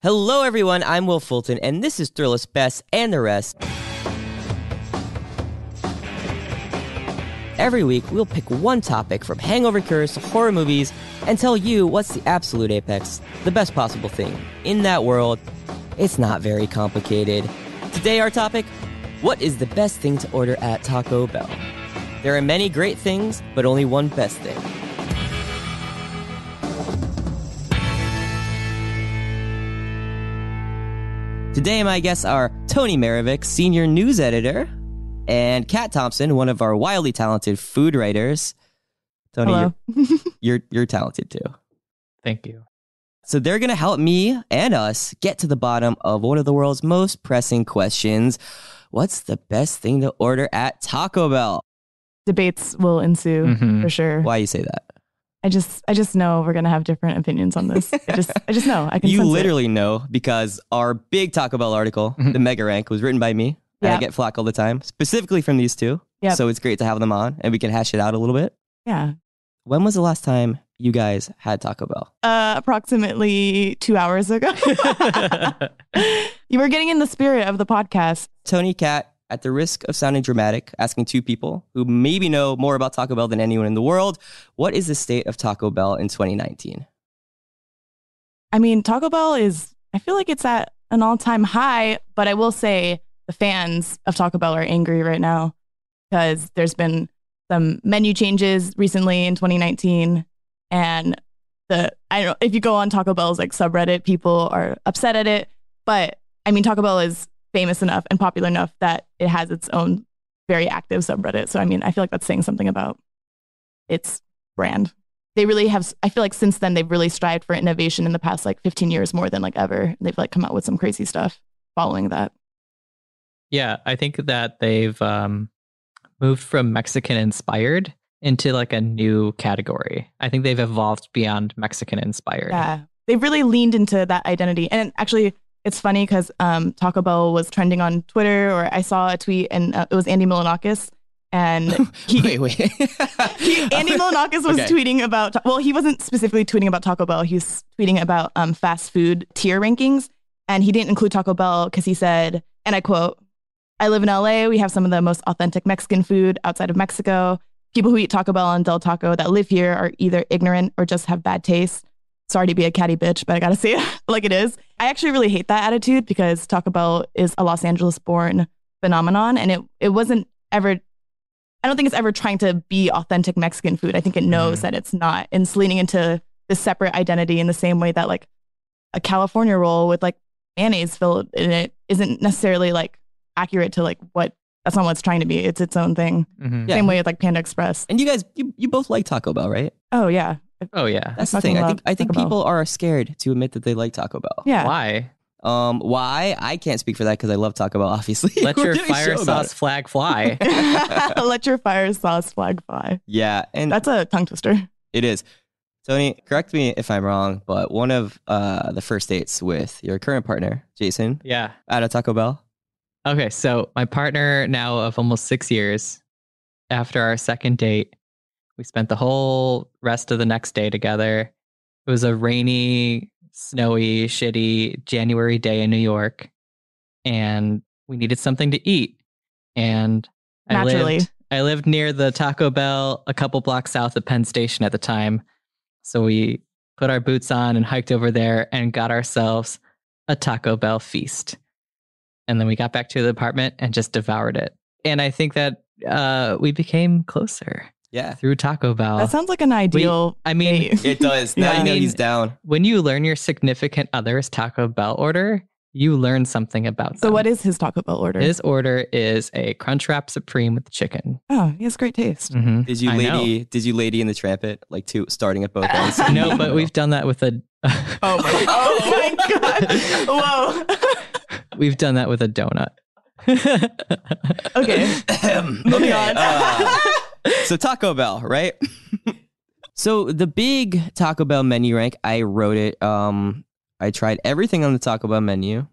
Hello, everyone. I'm Will Fulton, and this is Thrillist Best and the Rest. Every week, we'll pick one topic from hangover cures to horror movies and tell you what's the absolute apex, the best possible thing in that world. It's not very complicated. Today, our topic What is the best thing to order at Taco Bell? There are many great things, but only one best thing. Today, my guests are Tony Maravich, senior news editor, and Kat Thompson, one of our wildly talented food writers. Tony, Hello. you're- you're you're talented too. Thank you. So they're going to help me and us get to the bottom of one of the world's most pressing questions. What's the best thing to order at Taco Bell? Debates will ensue Mhm. for sure. Why you say that? I just I just know we're gonna have different opinions on this. I just I just know. I can You sense it. literally know because our big Taco Bell article, Mhm. the Mega Rank, was written by me. And I Yep. get flack all the time, specifically from these two. Yep. So it's great to have them on and we can hash it out a little bit. Yeah. When was the last time you guys had Taco Bell? Uh, approximately two hours ago. you were getting in the spirit of the podcast. Tony Cat, at the risk of sounding dramatic, asking two people who maybe know more about Taco Bell than anyone in the world, what is the state of Taco Bell in 2019? I mean, Taco Bell is I feel like it's at an all time high, but I will say the fans of Taco Bell are angry right now because there's been some menu changes recently in 2019 and the I don't if you go on Taco Bell's like subreddit, people are upset at it. But I mean Taco Bell is famous enough and popular enough that it has its own very active subreddit. So I mean I feel like that's saying something about its brand they really have i feel like since then they've really strived for innovation in the past like 15 years more than like ever they've like come out with some crazy stuff following that Yeah, I think that they've um, moved from Mexican inspired into like a new category. I think they've evolved beyond Mexican inspired. yeah they've really leaned into that identity and actually it's funny because um, taco bell was trending on twitter or i saw a tweet and uh, it was andy milanakis and he, wait, wait. he- Andy Milanakis was Okay. tweeting about, well, he wasn't specifically tweeting about Taco Bell. He was tweeting about um, fast food tier rankings. And he didn't include Taco Bell because he said, and I quote, I live in LA. We have some of the most authentic Mexican food outside of Mexico. People who eat Taco Bell and Del Taco that live here are either ignorant or just have bad taste. Sorry to be a catty bitch, but I gotta say it like it is. I actually really hate that attitude because Taco Bell is a Los Angeles born phenomenon and it, it wasn't ever I don't think it's ever trying to be authentic Mexican food. I think it knows Mhm. that it's not. And it's leaning into this separate identity in the same way that like a California roll with like mayonnaise filled in it isn't necessarily like accurate to like what that's not what it's trying to be. It's its own thing. Mhm. Yeah. Same way with like Panda Express. and you guys, you, you both like Taco Bell, right? Oh yeah. Oh yeah. That's the fucking thing. I love think I think Taco Bell. people are scared to admit that they like Taco Bell. Yeah. Why? Um, why? I can't speak for that because I love Taco Bell, obviously. Let We're your doing a show fire about sauce it. flag fly. Let your fire sauce flag fly. Yeah, and That's a tongue twister. it is. Tony, correct me if I'm wrong, but one of uh, the first dates with your current partner, Jason, yeah. at a Taco Bell. Okay, so my partner now of almost six years, after our second date, we spent the whole rest of the next day together. It was a rainy, snowy, shitty January day in New York, and we needed something to eat. And I Naturally. lived, I lived near the Taco Bell, a couple blocks south of Penn Station at the time. So we put our boots on and hiked over there and got ourselves a Taco Bell feast. And then we got back to the apartment and just devoured it. And I think that uh, we became closer Yeah, through Taco Bell. That sounds like an ideal I mean, date. it does. Now Yeah. you know I mean- he's down. when you learn your significant other's Taco Bell order, you learn something about So them. what is his Taco Bell order? his order is a Crunchwrap Supreme with chicken. oh, he has great taste. Mhm. Did you I know. lady? Did you lady in the trampet like two starting at both ends? No, but we've done that with a. Oh my, oh my god. we've done that with a donut. Whoa. Okay. Moving on. Uh, so Taco Bell, right? so the big Taco Bell menu rank, I wrote it. Um, I tried everything on the Taco Bell menu,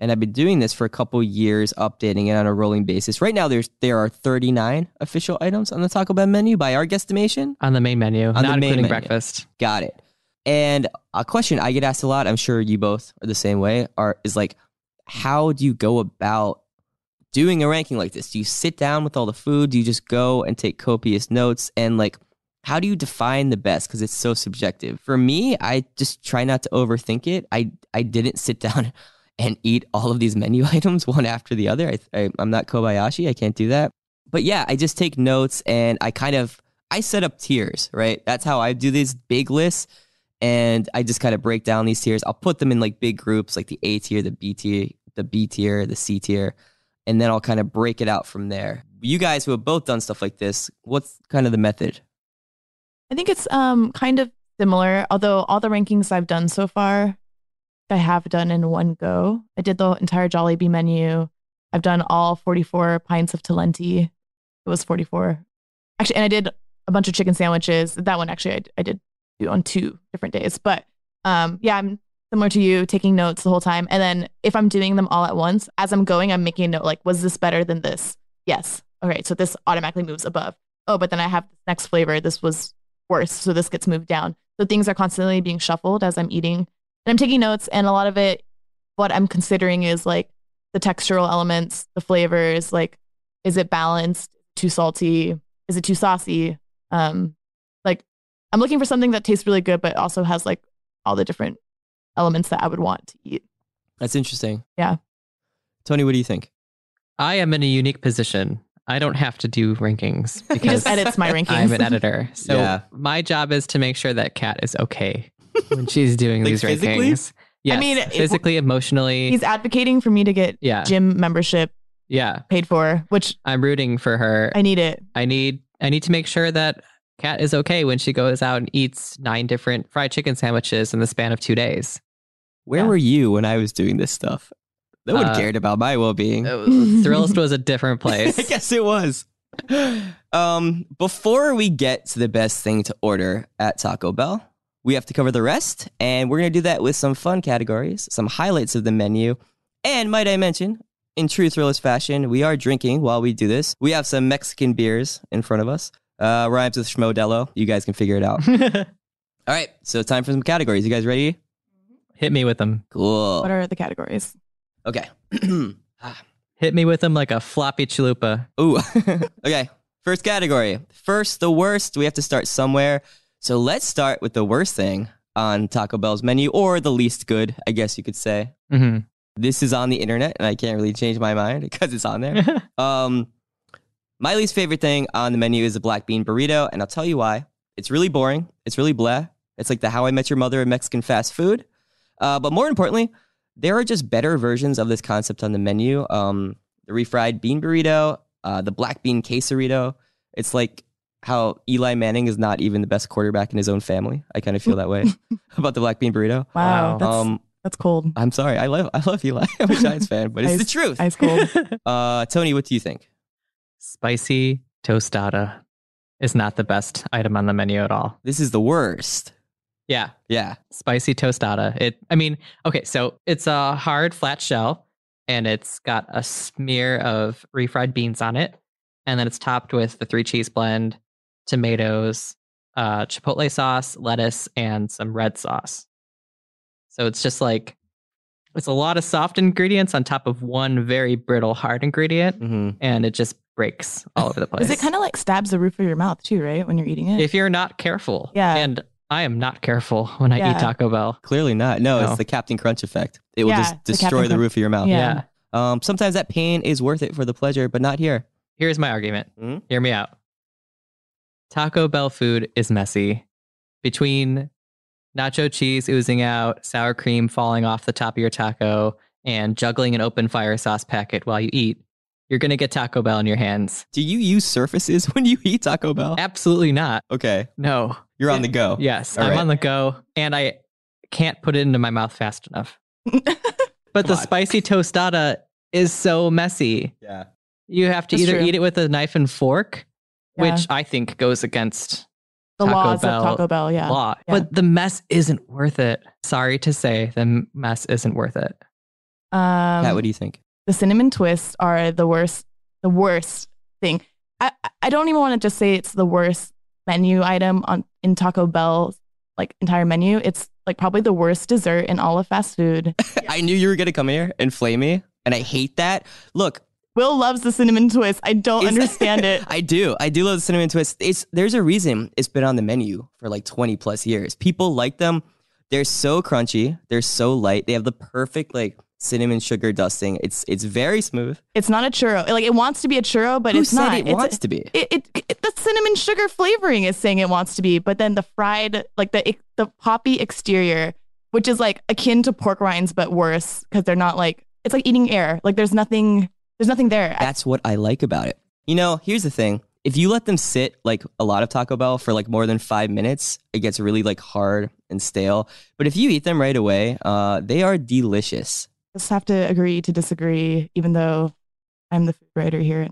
and I've been doing this for a couple years, updating it on a rolling basis. Right now, there's there are 39 official items on the Taco Bell menu by our guesstimation. On the main menu, On the not main including menu. breakfast. Got it. And a question I get asked a lot, I'm sure you both are the same way, are is like, how do you go about doing a ranking like this? Do you sit down with all the food? Do you just go and take copious notes? And like, how do you define the best? Because it's so subjective. For me, I just try not to overthink it. I I didn't sit down and eat all of these menu items one after the other. I, I, I'm not Kobayashi. I can't do that. But yeah, I just take notes and I kind of I set up tiers, right? That's how I do these big lists and I just kind of break down these tiers. I'll put them in like big groups, like the A tier, the B tier, the B tier, the C tier, and then I'll kind of break it out from there. You guys who have both done stuff like this, what's kind of the method? I think it's um kind of similar, although all the rankings I've done so far, I have done in one go. I did the entire Jollibee menu. I've done all 44 pints of Talenti. It was 44. Actually, and I did a bunch of chicken sandwiches. That one actually I, I did do on two different days. But um, yeah, I'm similar to you, taking notes the whole time. And then if I'm doing them all at once, as I'm going, I'm making a note like, was this better than this? Yes. All right. So this automatically moves above. Oh, but then I have this next flavor. This was worse. So this gets moved down. So things are constantly being shuffled as I'm eating. And I'm taking notes. And a lot of it, what I'm considering is like the textural elements, the flavors, like, is it balanced? Too salty? Is it too saucy? Um, I'm looking for something that tastes really good, but also has like all the different elements that I would want to eat. That's interesting. Yeah. Tony, what do you think? I am in a unique position. I don't have to do rankings He because just edits my rankings. I'm an editor. So Yeah. my job is to make sure that Kat is okay when she's doing Like these physically? rankings. Yes, mean, it- physically, emotionally. He's advocating for me to get yeah. gym membership Yeah. paid for, which I'm rooting for her. I need it. I need I need to make sure that Kat is okay when she goes out and eats nine different fried chicken sandwiches in the span of two days. Where Yeah. were you when I was doing this stuff? No one Uh, cared about my well being. Thrillist was a different place. I guess it was. Um, before we get to the best thing to order at Taco Bell, we have to cover the rest, and we're gonna do that with some fun categories, some highlights of the menu, and might I mention, in true thrillist fashion, we are drinking while we do this. We have some Mexican beers in front of us. Uh, rhymes with Schmodello. You guys can figure it out. All right, so time for some categories. You guys ready? Hit me with them. Cool. What are the categories? Okay. Ah, Hit me with them like a floppy chalupa. Ooh. okay. First category. First, the worst. We have to start somewhere. So let's start with the worst thing on Taco Bell's menu, or the least good, I guess you could say. Mhm. This is on the internet, and I can't really change my mind because it's on there. um, my least favorite thing on the menu is the black bean burrito, and I'll tell you why. It's really boring. It's really blah. It's like the How I Met Your Mother of Mexican fast food. Uh, but more importantly, there are just better versions of this concept on the menu. Um, the refried bean burrito, uh, the black bean quesarito. It's like how Eli Manning is not even the best quarterback in his own family. I kind of feel that way about the black bean burrito. Wow. Wow. That's, Um, that's cold. I'm sorry. I love I love Eli. I'm a Giants fan, but it's I- the truth. Ice cold. Uh, Tony, what do you think? Spicy tostada is not the best item on the menu at all. This is the worst. Yeah. Yeah. spicy tostada. It I mean, okay, so it's a hard flat shell and it's got a smear of refried beans on it and then it's topped with the three cheese blend, tomatoes, uh chipotle sauce, lettuce and some red sauce. So it's just like it's a lot of soft ingredients on top of one very brittle hard ingredient hmm and it just breaks all over the place. Mm. Is it kind of like stabs the roof of your mouth too, right? When you're eating it? if you're not careful. Yeah. And I am not careful when I Yeah. eat Taco Bell. Clearly not. No, No. it's the Captain Crunch effect. It will Yeah, just the destroy Captain the Crunch. roof of your mouth. Yeah. yeah. Um, sometimes that pain is worth it for the pleasure, but not here. here's my argument. Hmm? Hear me out. Taco Bell food is messy. Between nacho cheese oozing out, sour cream falling off the top of your taco, and juggling an open fire sauce packet while you eat, you're going to get Taco Bell in your hands. Do you use surfaces when you eat Taco Bell? Absolutely not. Okay, No. you're on the go. Yes, All I'm right. on the go and I can't put it into my mouth fast enough. But Come the on. spicy tostada is so messy. Yeah. You have to That's either true. eat it with a knife and fork, Yeah. which I think goes against the Taco laws Bell- of Taco Bell, yeah. law. Yeah. But the mess isn't worth it. Sorry to say, the mess isn't worth it. Um, Pat, what do you think? the cinnamon twists are the worst the worst thing i i don't even want to just say it's the worst menu item on in taco bell like entire menu. It's like probably the worst dessert in all of fast food. I knew you were gonna come here and flame me, and I hate that. Look, Will loves the cinnamon twist. I don't Is- understand it. I do. I do love the cinnamon twist. It's there's a reason it's been on the menu for like 20 plus years. People like them. They're so crunchy. They're so light. They have the perfect like cinnamon sugar dusting. It's it's very smooth. It's not a churro. Like it wants to be a churro, but Who it's said not. it It's- wants to be? it, it, it- the cinnamon sugar flavoring is saying it wants to be, but then the fried, like the the poppy exterior, which is like akin to pork rinds but worse because they're not like it's like eating air. Like there's nothing, there's nothing there. That's what I like about it. You know, here's the thing. If you let them sit like a lot of Taco Bell for like more than five minutes, it gets really like hard and stale. But if you eat them right away, uh, they are delicious. I just have to agree to disagree, even though I'm the food writer here.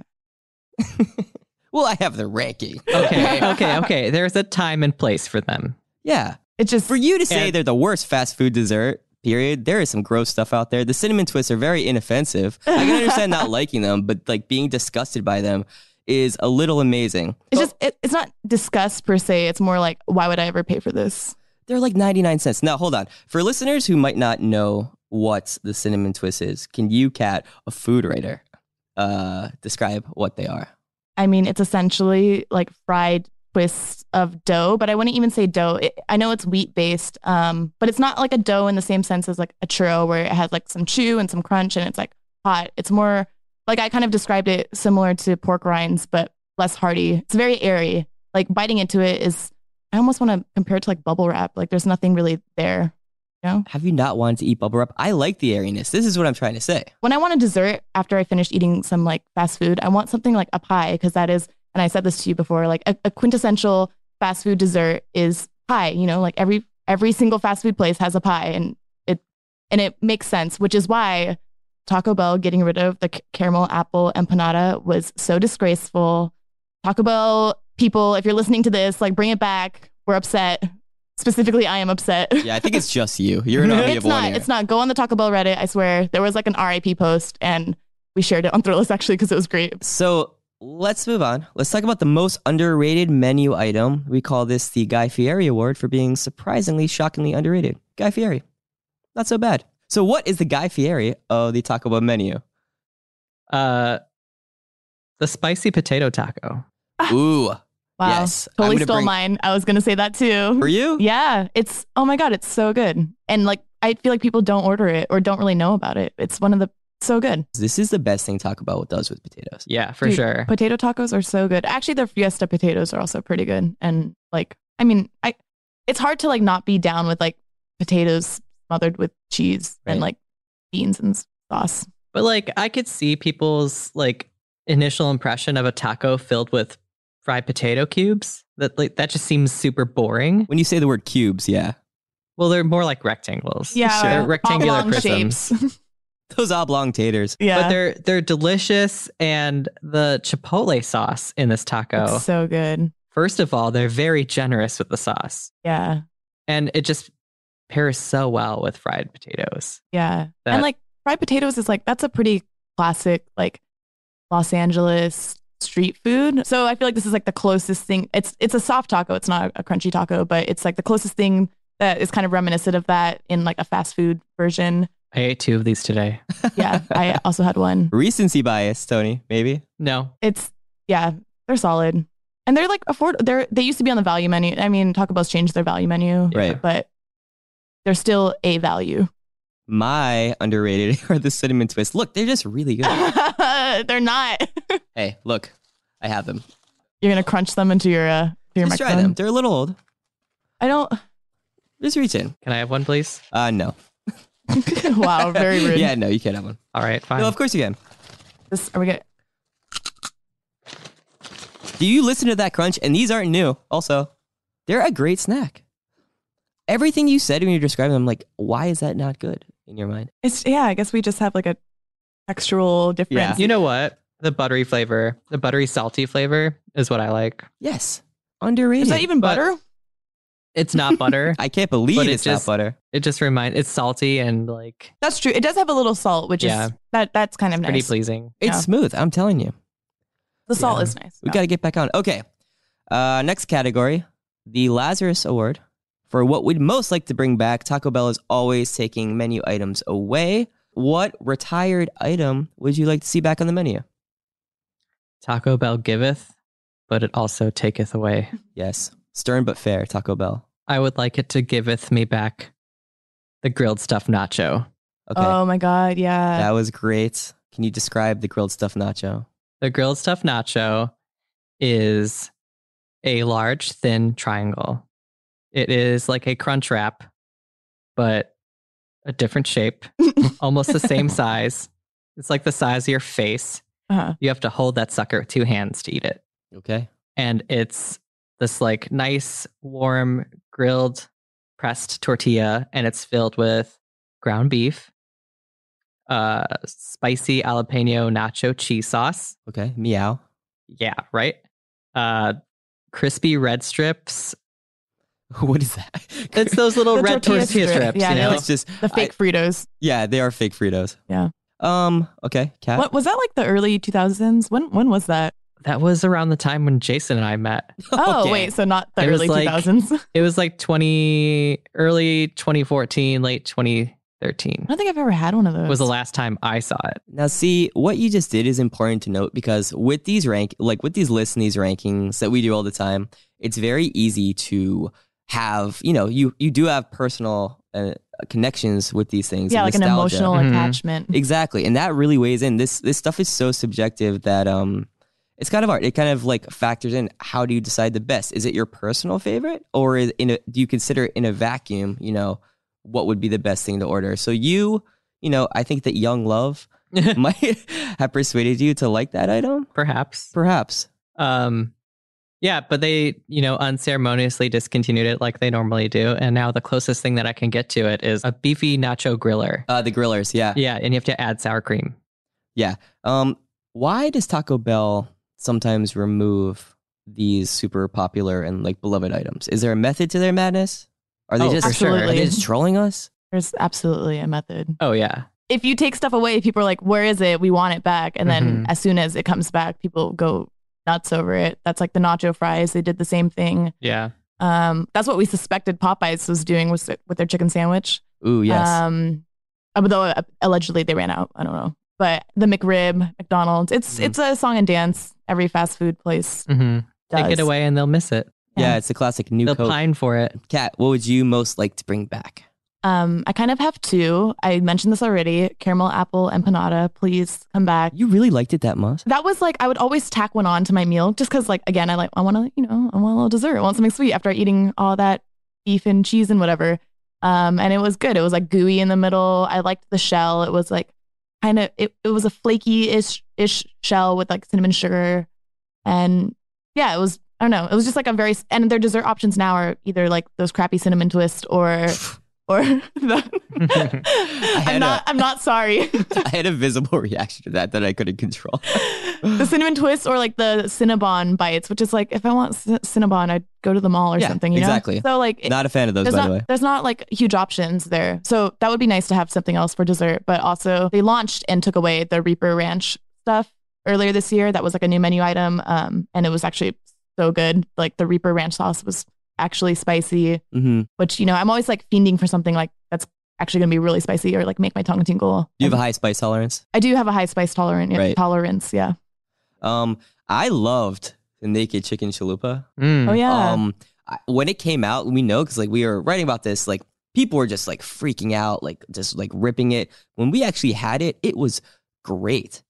Well, I have the ranking. Okay, okay, okay. There's a time and place for them. Yeah. It's just For you to say And- they're the worst fast food dessert, period, there is some gross stuff out there. The cinnamon twists are very inoffensive. I can understand not liking them, but like being disgusted by them is a little amazing. it's just it, it's not disgust per se. It's more like why would I ever pay for this? They're like 99 cents. Now, hold on. For listeners who might not know what the cinnamon twist is, can you, Kat, a food writer, uh, describe what they are? I mean, it's essentially like fried twists of dough, but I wouldn't even say dough. It, I know it's wheat based, um, but it's not like a dough in the same sense as like a churro where it has like some chew and some crunch and it's like hot. It's more like I kind of described it similar to pork rinds, but less hearty. It's very airy. Like biting into it is, I almost want to compare it to like bubble wrap. Like there's nothing really there. Have you not wanted to eat bubble wrap? I like the airiness. This is what I'm trying to say. when I want a dessert after I finished eating some like fast food, I want something like a pie because that is, and I said this to you before, like a, a quintessential fast food dessert is pie. You know, like every every single fast food place has a pie, and it and it makes sense, which is why Taco Bell getting rid of the c- caramel apple empanada was so disgraceful. Taco Bell people, if you're listening to this, like bring it back. We're upset. Specifically, I am upset. Yeah, I think it's just you. You're an army it's of not. one here. It's not. Go on the Taco Bell Reddit. I swear, there was like an RIP post, and we shared it on Thrillist actually because it was great. So let's move on. Let's talk about the most underrated menu item. We call this the Guy Fieri Award for being surprisingly, shockingly underrated. Guy Fieri. Not so bad. So, what is the Guy Fieri of the Taco Bell menu? Uh, the spicy potato taco. Ooh, Wow, yes. I'm totally gonna stole bring- mine. I was gonna say that too. For you? Yeah, it's oh my god, it's so good, and like I feel like people don't order it or don't really know about it. It's one of the so good. This is the best thing Taco Bell does with potatoes. Yeah, for Dude, sure. Potato tacos are so good. Actually, their Fiesta potatoes are also pretty good, and like I mean, I it's hard to like not be down with like potatoes smothered with cheese and Right. like beans and sauce. But like I could see people's like initial impression of a taco filled with fried potato cubes. That like that just seems super boring. When you say the word cubes, yeah. Well, they're more like rectangles. Yeah, They're rectangular oblong prisms. shapes. Those oblong taters. yeah, But they're they're delicious and the chipotle sauce in this taco. It's so good. First of all, they're very generous with the sauce. Yeah, And it just pairs so well with fried potatoes. yeah, That- and like fried potatoes is like that's a pretty classic like Los Angeles street food. So I feel like this is like the closest thing. It's it's a soft taco. It's not a crunchy taco, but it's like the closest thing that is kind of reminiscent of that in like a fast food version. I ate two of these today. Yeah, I also had one. Recency bias, Tony, maybe. No. It's yeah, they're solid. And they're like afford. They're they used to be on the value menu. I mean, Taco Bell's changed their value menu, Right. but they're still a value. My underrated are the cinnamon twists. Look, they're just really good. Ah. They're not. hey, look, I have them. You're gonna crunch them into your uh, to your Just try microphone. them. They're a little old. I don't. Just reach in. Can I have one, please? Uh, no. wow, very rude. Yeah, no, you can't have one. All right, fine. No, of course you can. This, are we gonna? Do you listen to that crunch? And these aren't new. Also, they're a great snack. Everything you said when you described them, I'm like, why is that not good in your mind? It's yeah. I guess we just have like a textural difference. You know what? The buttery flavor, the buttery salty flavor is what I like. Yes, underrated. Is that even But- butter? It's not butter. I can't believe But it it's just- not butter. it just reminds it's salty and like That's true. It does have a little salt, which Yeah. is that. That's kind of pretty nice. pleasing. It's Yeah. smooth. I'm telling you. The salt Yeah. is nice. We got to get back on. Okay. Uh, next category the Lazarus Award For what we'd most like to bring back, Taco Bell is always taking menu items away. What retired item would you like to see back on the menu? Taco Bell giveth, but it also taketh away. Yes, stern but fair, Taco Bell. I would like it to giveth me back the grilled stuffed nacho. Okay, Oh my God. Yeah. that was great. Can you describe the grilled stuffed nacho? The grilled stuffed nacho is a large, thin triangle. It is like a crunch wrap, but a different shape, almost the same size. It's like the size of your face. Uh-huh. You have to hold that sucker with two hands to eat it. Okay, and it's this like nice warm grilled pressed tortilla and it's filled with ground beef uh spicy jalapeno nacho cheese sauce okay, meow. yeah right uh crispy red strips What is that? it's those little The red tortilla strip. tortilla, strips Yeah, you they're know? like- it's just The fake Fritos. yeah, they are fake Fritos. Yeah. Um. Okay. Cat. What was that like the early 2000s? When when was that? that was around the time when jason and i met Oh, Okay. wait. So not the It was early like- 2000s. I it was like 20 early 2014 late 2013 don't think I've ever had one of those. was the last time i saw it Now, see, what you just did is important to note because with these rank, like with these lists and these rankings that we do all the time, it's very easy to have, you know, you you do have personal uh, connections with these things. yeah, and like an nostalgia. emotional Mhm. attachment. Exactly, and that really weighs in. This this stuff is so subjective that um, it's kind of hard. It kind of like factors in. How do you decide the best? Is it your personal favorite, or is in a, do you consider in a vacuum? You know, what would be the best thing to order? So you, you know, I think that young love might have persuaded you to like that item. perhaps Perhaps. Um, yeah, but they, you know, unceremoniously discontinued it like they normally do. And now the closest thing that I can get to it is a beefy nacho griller. Uh, the grillers, yeah. yeah, and you have to add sour cream. Um, why does Taco Bell sometimes remove these super popular and like beloved items? Is there a method to their madness? Are they Oh, just for sure. are they Absolutely. just trolling us? There's absolutely a method. Oh, yeah. If you take stuff away, people are like, "Where is it? We want it back." And then as soon as it comes back, people go nuts over it. That's like the nacho fries. They did the same thing. Yeah. Um, that's what we suspected Popeyes was doing with with their chicken sandwich. Ooh, yes. Um, although uh, allegedly they ran out. I don't know. But the McRib, McDonald's, it's Mhm. it's a song and dance. Every fast food place hmm does. Take it away and they'll miss it. yeah. yeah. it's the classic new They'll coat. pine for it. Cat, what would you most like to bring back? Um, I kind of have two. I mentioned this already. Caramel apple empanada. Please come back. You really liked it that much? That was like I would always tack one on to my meal just because like again I like I want to you know I want a little dessert I want something sweet after eating all that beef and cheese and whatever um and it was good it was like gooey in the middle I liked the shell it was like kind of it, it was a flaky ish ish shell with like cinnamon sugar and yeah it was I don't know it was just like a very and their dessert options now are either like those crappy cinnamon twists or or the, had a- I'm not i I'm not sorry I had a visible reaction to that that I couldn't control. the cinnamon twist or like the Cinnabon bites, which is like if I want c- Cinnabon, I'd go to the mall or Yeah, something. You know? exactly. So like it- not a fan of those, by there's not the way. there's not like huge options there. So that would be nice to have something else for dessert. But also they launched and took away the Reaper Ranch stuff earlier this year. That was like a new menu item, um, and it was actually so good. Like the Reaper Ranch sauce was actually spicy, hmm which you know I'm always like fiending for something like that's actually gonna be really spicy or like make my tongue tingle. You have a high spice tolerance. I do have a high spice tolerance. Right. Tolerance, yeah. Um, I loved the naked chicken chalupa. Mm. Oh yeah. Um, I, when it came out, we know because like we were writing about this, like people were just like freaking out, like just like ripping it. When we actually had it, it was great.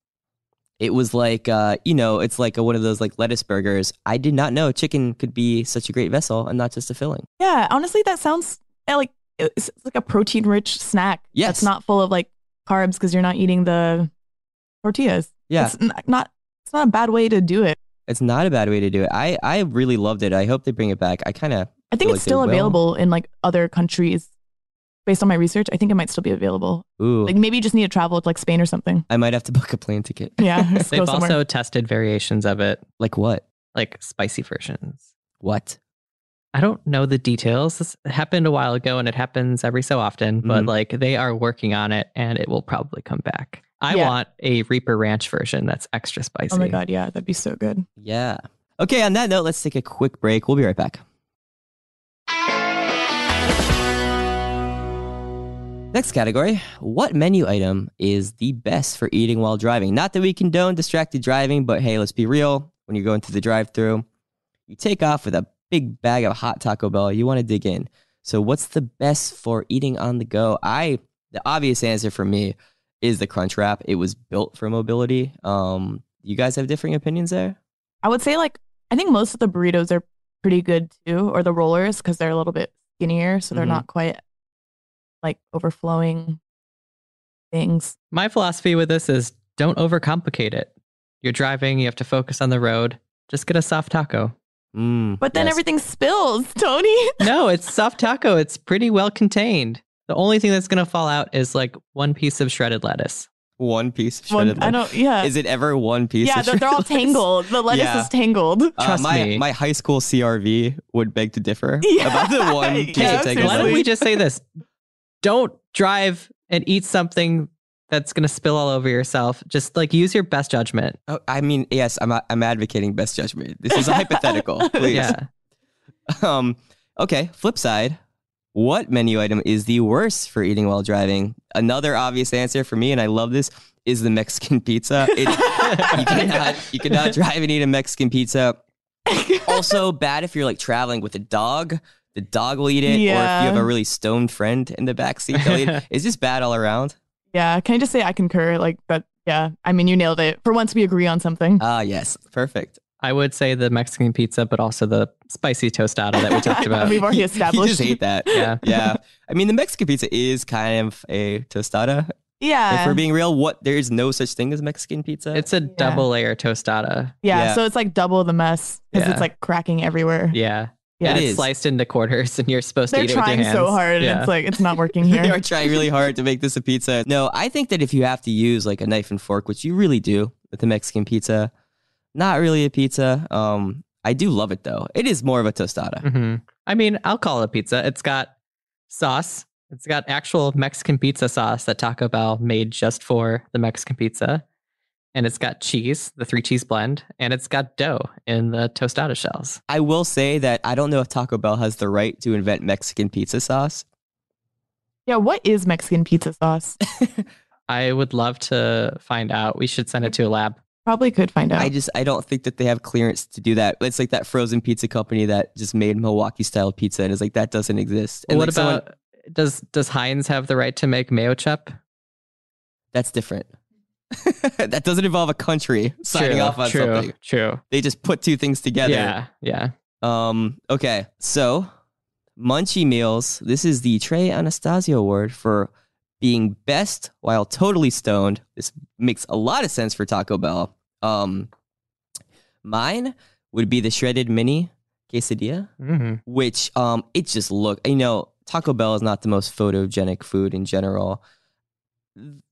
It was like uh, you know, it's like a, one of those like lettuce burgers. I did not know chicken could be such a great vessel and not just a filling. Yeah, honestly, that sounds uh, like it's it's like a protein-rich snack. Yes. that's not full of like carbs because you're not eating the tortillas. Yeah, it's n- not. It's not a bad way to do it. it's not a bad way to do it. I I really loved it. I hope they bring it back. I kind of I think feel it's like they still will. available in like other countries. Based on my research, I think it might still be available. ooh, Like maybe you just need to travel to like Spain or something. I might have to book a plane ticket. Yeah, just go They've somewhere. also tested variations of it, Like what? like spicy versions. What? I don't know the details. This happened a while ago and it happens every so often, but Mhm. like they are working on it and it will probably come back. I Yeah. want a Reaper Ranch version that's extra spicy. oh my god, yeah, that'd be so good. Yeah. Okay, on that note, let's take a quick break. We'll be right back. Next category What menu item is the best for eating while driving? Not that we condone distracted driving, but hey, let's be real. When you're going through the drive through, you take off with a big bag of hot Taco Bell. You want to dig in. So, what's the best for eating on the go? I, the obvious answer for me is the Crunch Wrap. It was built for mobility. Um, you guys have differing opinions there? I would say like I think most of the burritos are pretty good too, or the rollers because they're a little bit skinnier, so they're Mhm. not quite like overflowing things. My philosophy with this is don't overcomplicate it. You're driving, you have to focus on the road. Just get a soft taco. Mm, But then yes. everything spills, Tony. No, it's soft taco. It's pretty well contained. The only thing that's going to fall out is like one piece of shredded lettuce. one piece of shredded One, I don't. Yeah, Is it ever one piece? yeah. of They're, they're all shredded lettuce? tangled. The lettuce Yeah. is tangled. Uh, Trust my, me. my high school CRV would beg to differ Yeah. about the one Yeah, piece Hey, of tangled why don't lettuce. we just say this? Don't drive and eat something that's going to spill all over yourself. Just like use your best judgment. Oh, I mean, yes, I'm I'm advocating best judgment. This is a hypothetical, please. Yeah. Um, okay. Flip side, what menu item is the worst for eating while driving? Another obvious answer for me, and I love this, is the Mexican pizza. It, you cannot you cannot drive and eat a Mexican pizza. also bad if you're like traveling with a dog. The dog will eat it, or if Yeah. you have a really stoned friend in the backseat, they'll eat it. It's just bad all around. yeah. Can I just say I concur? Like that. Yeah. I mean, you nailed it. For once, we agree on something. Ah, yes, perfect. I would say the Mexican pizza, but also the spicy tostada that we talked about. We've already You- You established. just hate that. Yeah. yeah. I mean, the Mexican pizza is kind of a tostada. if yeah. we're being real, what there is no such thing as Mexican pizza. It's a double layer tostada. yeah. yeah. So it's like double the mess because Yeah. it's like cracking everywhere. Yeah. Yeah. and It it's is. sliced into quarters and you're supposed They're to eat it with trying your hands. so hard, and Yeah. it's like it's not working here. they are trying really hard to make this a pizza. No, I think that if you have to use like a knife and fork, which you really do with the Mexican pizza, not really a pizza. Um, I do love it though. It is more of a tostada. Mhm. I mean, I'll call it a pizza. It's got sauce. It's got actual Mexican pizza sauce that Taco Bell made just for the Mexican pizza. And it's got cheese, the three cheese blend, and it's got dough in the tostada shells. I will say that I don't know if Taco Bell has the right to invent Mexican pizza sauce. Yeah, what is Mexican pizza sauce? I would love to find out. We should send it to a lab. Probably could find out. I just I don't think that they have clearance to do that. It's like that frozen pizza company that just made Milwaukee style pizza and is like that doesn't exist. And what like, about someone- does does Heinz have the right to make mayo chup? That's different. that doesn't involve a country signing True, off on true, something. True. They just put two things together. Yeah. Yeah. Um, okay. So, Munchie Meals. This is the Trey Anastasio Award for being best while totally stoned. This makes a lot of sense for Taco Bell. Um, mine would be the shredded mini quesadilla Mm-hmm. which um it just look you know taco bell is not the most photogenic food in general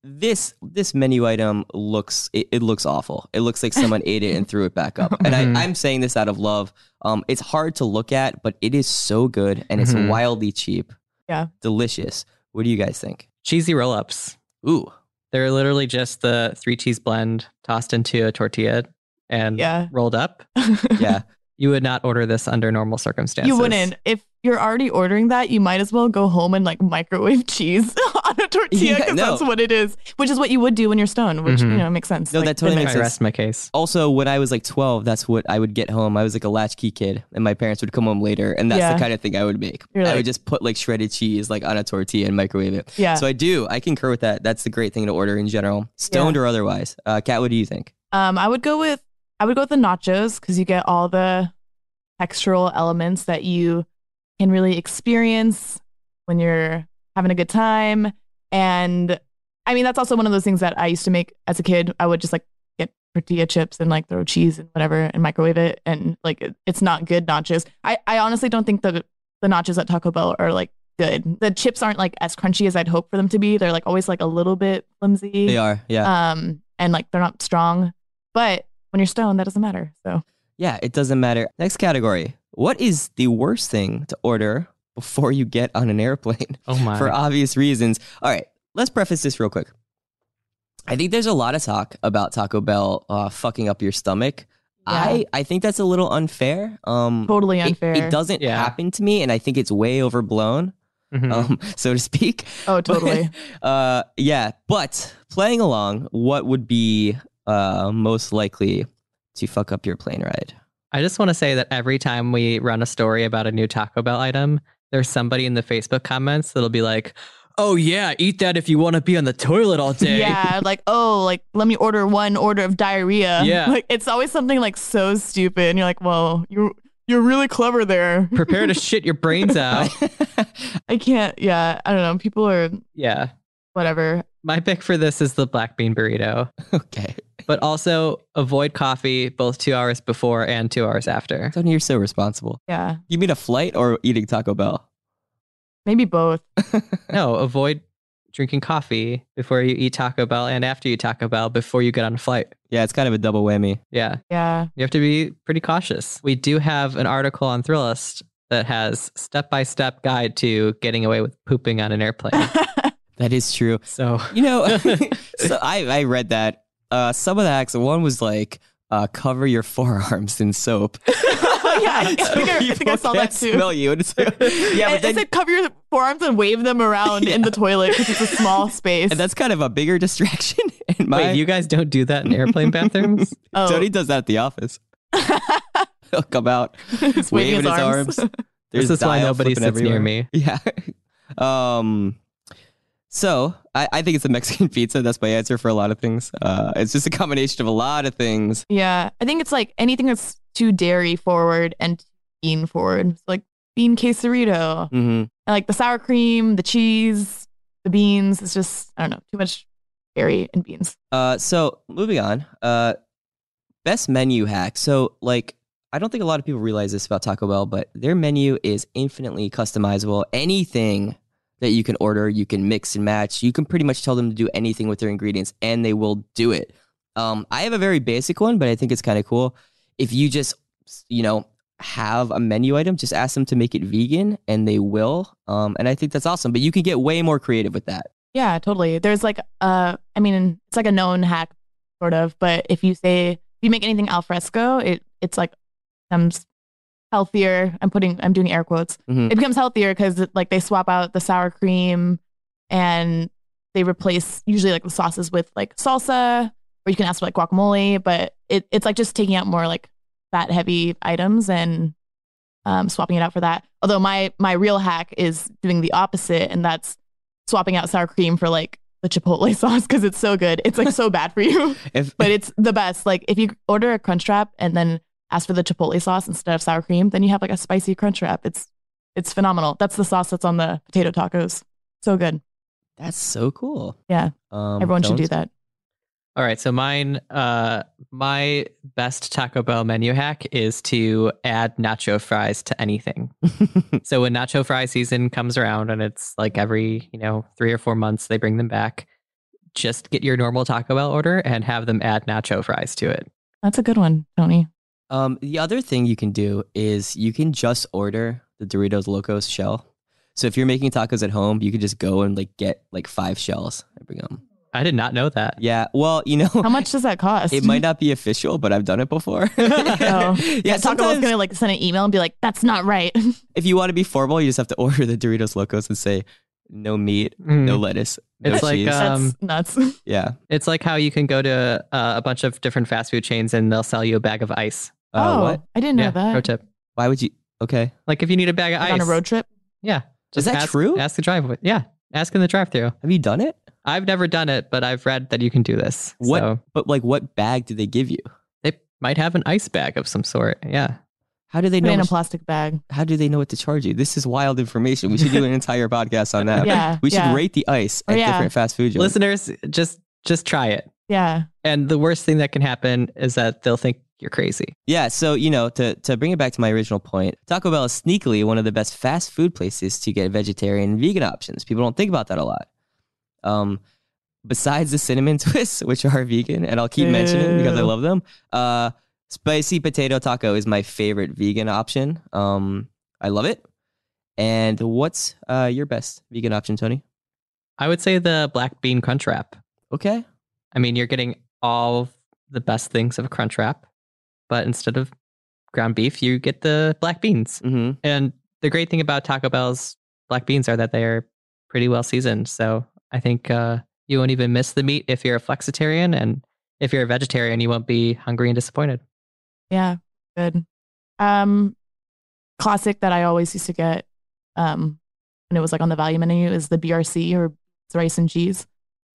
this this menu item looks it, it looks awful it looks like someone ate it and threw it back up and Mhm. I, i'm saying this out of love um it's hard to look at but it is so good and it's Mhm. wildly cheap Yeah. delicious what do you guys think Cheesy roll ups. ooh They're literally just the three cheese blend tossed into a tortilla and Yeah. rolled up. yeah You would not order this under normal circumstances. you wouldn't. If you're already ordering that, you might as well go home and like microwave cheese on a tortilla Yeah, no. because Mm-hmm. that's what it is, which is what you would do when you're stoned, which Mhm. you know makes sense. No, that totally the I makes next- rest my case. also when i was like 12 that's what i would get home i was like a latchkey kid and my parents would come home later and that's Yeah. the kind of thing i would make You're i like- would just put like shredded cheese like on a tortilla and microwave it Yeah. So I do. I concur with that. That's the great thing to order in general, stoned or otherwise. Uh, Kat, what do you think? um, I would go with I would go with the nachos because you get all the textural elements that you can really experience when you're having a good time. And I mean, that's also one of those things that I used to make as a kid. I would just like get tortilla chips and like throw cheese and whatever and microwave it. And like, it, it's not good nachos. I, I honestly don't think the, the nachos at Taco Bell are like good. The chips aren't like as crunchy as I'd hope for them to be. They're like always like a little bit flimsy They are. Yeah. um and like they're not strong but when you're stoned that doesn't matter so yeah. It doesn't matter. Next category. What is the worst thing to order before you get on an airplane? Oh my. For obvious reasons. All right. Let's preface this real quick. I think there's a lot of talk about Taco Bell uh, fucking up your stomach. I, I think that's a little unfair. Um, totally it- unfair It, doesn't Yeah. happen to me, and I think it's way overblown. Mhm. um, so to speak. Oh, totally. uh, yeah, but playing along, what would be uh, most likely to fuck up your plane ride? I just want to say that every time we run a story about a new Taco Bell item, there's somebody in the Facebook comments that'll be like, "Oh yeah, eat that if you want to be on the toilet all day." yeah, like oh, like let me order one order of diarrhea. Yeah. like it's always something like so stupid, and you're like, whoa, you you're really clever there. Prepare to shit your brains out. Oh. I can't. Yeah, I don't know. People are yeah. whatever. My pick for this is the black bean burrito, okay. but also avoid coffee both 2 hours before and 2 hours after. Tony, you're so responsible. Yeah, You mean a flight or eating Taco Bell? maybe both. No, avoid drinking coffee before you eat Taco Bell and after you eat Taco Bell before you get on a flight. Yeah, it's kind of a double whammy. Yeah. Yeah. You have to be pretty cautious. We do have an article on Thrillist that has step-by-step guide to getting away with pooping on an airplane. That is true. so, You know, so I, I read that. Uh, some of the hacks, one was like, uh, cover your forearms in soap. Oh, yeah, I So think I, I think I people saw that can't too. Smell you. And it's like- yeah, it, but it then, said cover your forearms and wave them around in the toilet because it's a small space. and that's kind of a bigger distraction. And my wait, you guys don't do that in airplane bathrooms? oh. Tony does that at the office. He'll come out He's waving his arms. this is why dial nobody sits flipping near everywhere. me. Yeah. Um. So I, I think it's a Mexican pizza. That's my answer for a lot of things. Uh, it's just a combination of a lot of things. Yeah, I think it's like anything that's too dairy forward and bean forward, So, like bean quesarito, and Mm-hmm. like the sour cream, the cheese, the beans. It's just I don't know, too much dairy and beans. Uh, so moving on. Uh, best menu hack. So like, I don't think a lot of people realize this about Taco Bell, but their menu is infinitely customizable. Anything that you can order, you can mix and match. You can pretty much tell them to do anything with their ingredients, and they will do it. Um, I have a very basic one, but I think it's kind of cool. If you just, you know, have a menu item, just ask them to make it vegan, and they will. Um, and I think that's awesome. But you can get way more creative with that. Yeah, totally. There's like uh, I mean, it's like a known hack, sort of. But if you say if you make anything al fresco, it it's like becomes healthier. I'm putting I'm doing air quotes. Mhm. It becomes healthier because like they swap out the sour cream, and they replace usually like the sauces with like salsa, or you can ask for like guacamole. But it it's like just taking out more like fat heavy items and um, swapping it out for that. Although my my real hack is doing the opposite, and that's swapping out sour cream for like the chipotle sauce because it's so good. It's like so bad for you, If but it's the best. Like if you order a crunch wrap and then ask for the chipotle sauce instead of sour cream, then you have like a spicy crunch wrap. It's it's phenomenal. That's the sauce that's on the potato tacos. So good. That's so cool. Yeah. Um, Everyone should Jones? do that. All right, so mine uh my best Taco Bell menu hack is to add nacho fries to anything. so when nacho fry season comes around and it's like every, you know, 3 or 4 months they bring them back, just get your normal Taco Bell order and have them add nacho fries to it. That's a good one, Tony. Um, the other thing you can do is you can just order the Doritos Locos shell. So if you're making tacos at home, you can just go and like get like five shells and bring them. I did not know that. Yeah. Well, you know, How much does that cost? it might not be official, but I've done it before. Oh. Yeah. Taco Bell's Sometimes gonna like send an email and be like, "That's not right." if you want to be formal, you just have to order the Doritos Locos and say no meat, Mm. no lettuce, no It's like, cheese. uh, That's Um, nuts. yeah. It's like how you can go to uh, a bunch of different fast food chains and they'll sell you a bag of ice. Uh, oh, What? I didn't know yeah, that. pro tip. Why would you? Okay. Like if you need a bag of Like on ice a road trip. Yeah, Is that ask, true? Ask the drive. Yeah, ask in the drive-through. Have you done it? I've never done it, but I've read that you can do this. What? So But like, what bag do they give you? they might have an ice bag of some sort. Yeah. How do they Put it know? in a which- plastic bag. how do they know what to charge you? This is wild information. We should do an entire podcast on that. Yeah, We should yeah. rate the ice Oh, at yeah. different fast food joints. Listeners, just just try it. Yeah. And the worst thing that can happen is that they'll think you're crazy. Yeah, so you know, to to bring it back to my original point, Taco Bell is sneakily one of the best fast food places to get vegetarian and vegan options. People don't think about that a lot. Um besides the cinnamon twists, which are vegan, and I'll keep mentioning because I Ew. love them. Uh spicy potato taco is my favorite vegan option. Um I love it. And what's uh your best vegan option, Tony? I would say the black bean crunch wrap. Okay. I mean, you're getting all of the best things of a crunch wrap, but instead of ground beef, you get the black beans. Mhm. Mm-hmm. And the great thing about Taco Bell's black beans are that they are pretty well seasoned. So I think uh, you won't even miss the meat if you're a flexitarian, and if you're a vegetarian, you won't be hungry and disappointed. Yeah, good. Um, classic that I always used to get, um, and it was like on the value menu is the BRC or rice and cheese.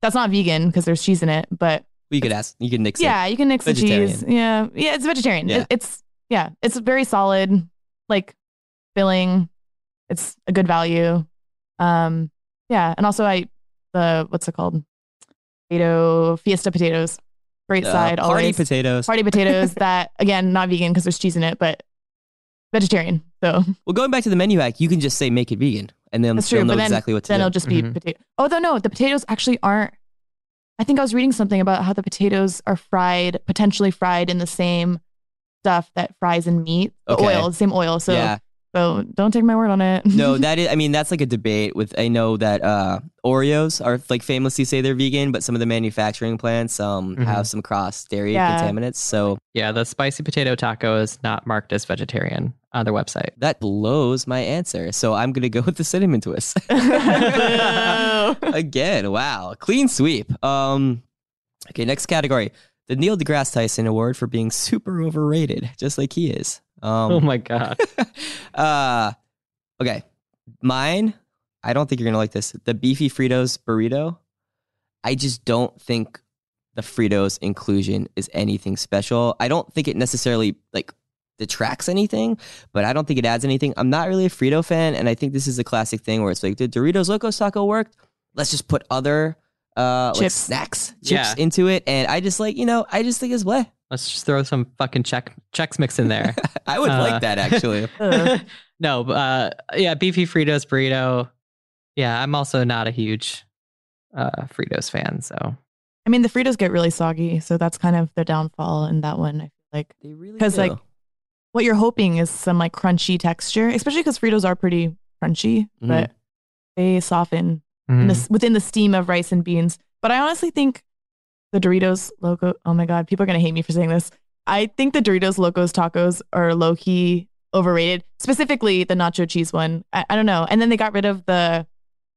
That's not vegan because there's cheese in it, but Well, you could ask. You could uh, nix it. yeah, you can mix the cheese. Vegetarian. Yeah, yeah, it's vegetarian. Yeah. It- it's yeah, it's very solid, like filling. It's a good value. Um, yeah, and also I the what's it called? Potato fiesta potatoes, great Uh, side party always. potatoes. Party potatoes that again not vegan because there's cheese in it, but vegetarian. So Well, going back to the menu hack, you can just say make it vegan, and then That's they'll true, know but then- exactly what to then do. it'll just be Mhm. potato. Although no, the potatoes actually aren't. I think I was reading something about how the potatoes are fried, potentially fried in the same stuff that fries in meat, the Okay. oil, the same oil. So, yeah, so don't take my word on it. no, that is. I mean, that's like a debate. With I know that uh, Oreos are like famously say they're vegan, but some of the manufacturing plants um Mhm. have some cross dairy Yeah. contaminants, so Yeah, the spicy potato taco is not marked as vegetarian on their website. that blows my answer. So I'm gonna go with the cinnamon twist. Boo. Again, wow. Clean sweep. Um okay, next category. The Neil deGrasse Tyson Award for being super overrated, just like he is. Um oh my god. uh okay. Mine, I don't think you're gonna like this. The beefy Fritos burrito. I just don't think the Fritos inclusion is anything special. I don't think it necessarily like detracts anything, but I don't think it adds anything. I'm not really a Frito fan, and I think this is a classic thing where it's like the Doritos Locos Taco worked. Let's just put other uh like Chips. snacks chips Yeah. into it, and I just like you know I just think it's bleh. Let's just throw some fucking check checks mix in there. I would Uh. like that actually. Uh-huh. Ugh. no, but, uh, yeah, beefy Fritos burrito. Yeah, I'm also not a huge uh, Fritos fan, so I mean, the Fritos get really soggy, so that's kind of the downfall in that one. I feel like They really 'Cause, like, do. what you're hoping is some like crunchy texture, especially because Fritos are pretty crunchy, but they soften in the, within the steam of rice and beans. But I honestly think the Doritos logo. Oh my god, people are gonna hate me for saying this. I think the Doritos Locos Tacos are low key overrated. Specifically, the nacho cheese one. I, I don't know. And then they got rid of the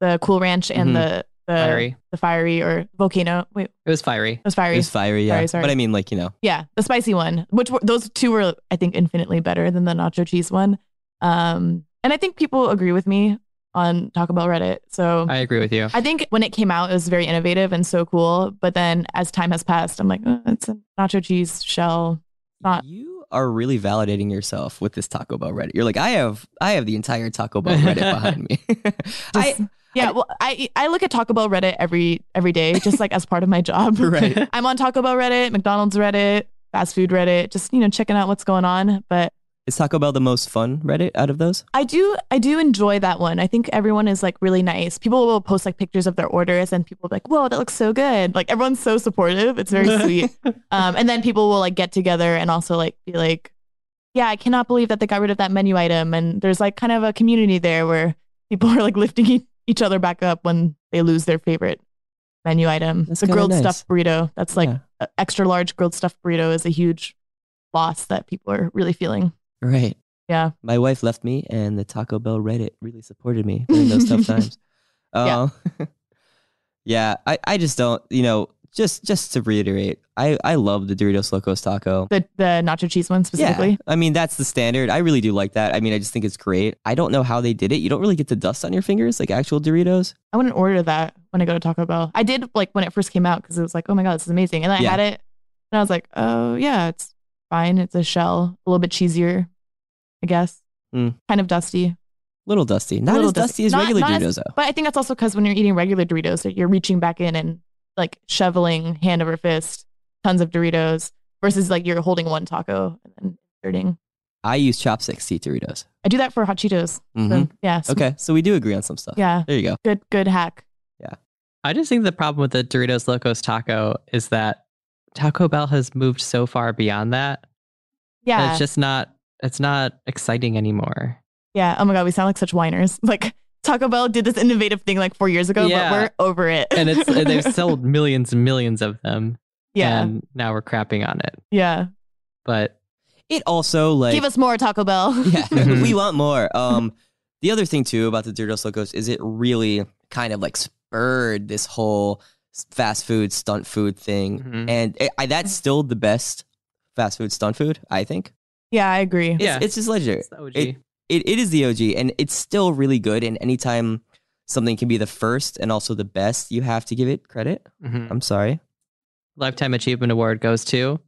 the Cool Ranch and Mhm. the the Mm, fiery. the fiery or volcano. Wait, it It was fiery. was fiery. It was fiery, yeah. Sorry, sorry. But I mean, like you know, Yeah, the spicy one, which were, those two were, I think, infinitely better than the nacho cheese one. Um, and I think people agree with me on Taco Bell Reddit. So I agree with you. I think when it came out, it was very innovative and so cool. But then as time has passed, I'm like, "Uh, it's a nacho cheese shell. Not- you are really validating yourself with this Taco Bell Reddit. You're like, I have, I have the entire Taco Bell Reddit behind me. Just, I, yeah, I- well, I I look at Taco Bell Reddit every every day, just like as part of my job. right. I'm on Taco Bell Reddit, McDonald's Reddit, fast food Reddit, just you know checking out what's going on. But Is Taco Bell the most fun Reddit out of those? I do I do enjoy that one. I think everyone is like really nice. People will post like pictures of their orders, and people will be like, "Whoa, that looks so good!" Like everyone's so supportive. It's very sweet. Um, and then people will like get together and also like be like, yeah, I cannot believe that they got rid of that menu item. And there's like kind of a community there where people are like lifting e- each other back up when they lose their favorite menu item. That's the kinda grilled nice. stuffed burrito. That's like Yeah. a extra large grilled stuffed burrito is a huge loss that people are really feeling. Right. Yeah. My wife left me, and the Taco Bell Reddit really supported me during those tough times. Yeah. Um, yeah. I, I just don't, you know, just, just to reiterate, I, I love the Doritos Locos Taco. The the nacho cheese one specifically. Yeah, I mean that's the standard. I really do like that. I mean, I just think it's great. I don't know how they did it. You don't really get the dust on your fingers like actual Doritos. I wouldn't order that when I go to Taco Bell. I did like when it first came out because it was like, oh my god, this is amazing. And I Yeah. had it, and I was like, oh yeah, it's fine. It's a shell, a little bit cheesier, I guess. Mm. Kind of dusty, Little dusty, not Little as dusty, dusty. as Not- regular not Doritos as- though. but I think that's also because when you're eating regular Doritos, that you're reaching back in and like shoveling hand over fist tons of Doritos versus like you're holding one taco and then inserting. I use chopsticks to eat Doritos. I do that for hot Cheetos. So, Mhm. yeah. so- Okay, so we do agree on some stuff. Yeah. There you go. Good. Good hack. I just think the problem with the Doritos Locos Taco is that Taco Bell has moved so far beyond that. that Yeah. It's just not it's not exciting anymore. Yeah. Oh my God. We sound like such whiners. Like Taco Bell did this innovative thing like four years ago, Yeah. but we're over it. And it's and they've sold millions and millions of them. yeah. And now we're crapping on it. yeah. But It also like Give us more Taco Bell. yeah, Mhm. we want more. Um, The other thing too about the Dear Dos Locos is it really kind of like spurred this whole s- fast food stunt food thing, Mm-hmm. Mhm. and it, I, that's still the best fast food stunt food. I think. Yeah, I agree. It's, Yeah. it's just legendary. It's the OG. It- It it is the OG, and it's still really good. And anytime something can be the first and also the best, you have to give it credit. Mhm. I'm sorry. Lifetime Achievement Award goes to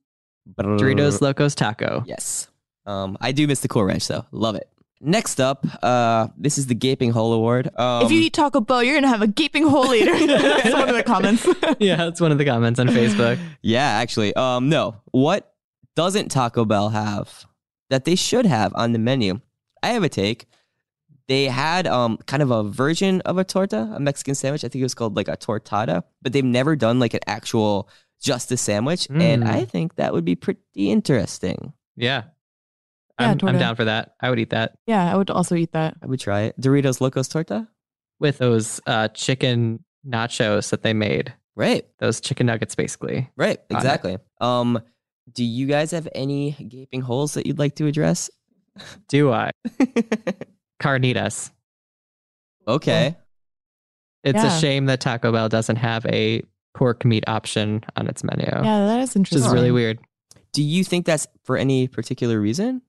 Doritos Locos Taco. Yes. Um, I do miss the Cool Ranch though. Love it. Next up, uh, this is the Gaping Hole Award. Um, if you eat Taco Bell, you're gonna have a gaping hole later. That's one of the comments. Yeah, that's one of the comments on Facebook. yeah, actually, um, no. What doesn't Taco Bell have that they should have on the menu? I have a take. They had um kind of a version of a torta, a Mexican sandwich. I think it was called like a tortada, but they've never done like an actual justice sandwich, and Hmm. Mm. I think that would be pretty interesting. Yeah. Yeah, I'm, I'm torta. down for that. I would eat that yeah, I would also eat that. I would try it. Doritos Locos Torta, with those uh, chicken nachos that they made, right? those chicken nuggets, basically. Right, on it. exactly. Um, do you guys have any gaping holes that you'd like to address? Do I? Carnitas. okay. It's Yeah. a shame that Taco Bell doesn't have a pork meat option on its menu, Yeah, that is which interesting. Oh. is really weird. Do you think that's for any particular reason?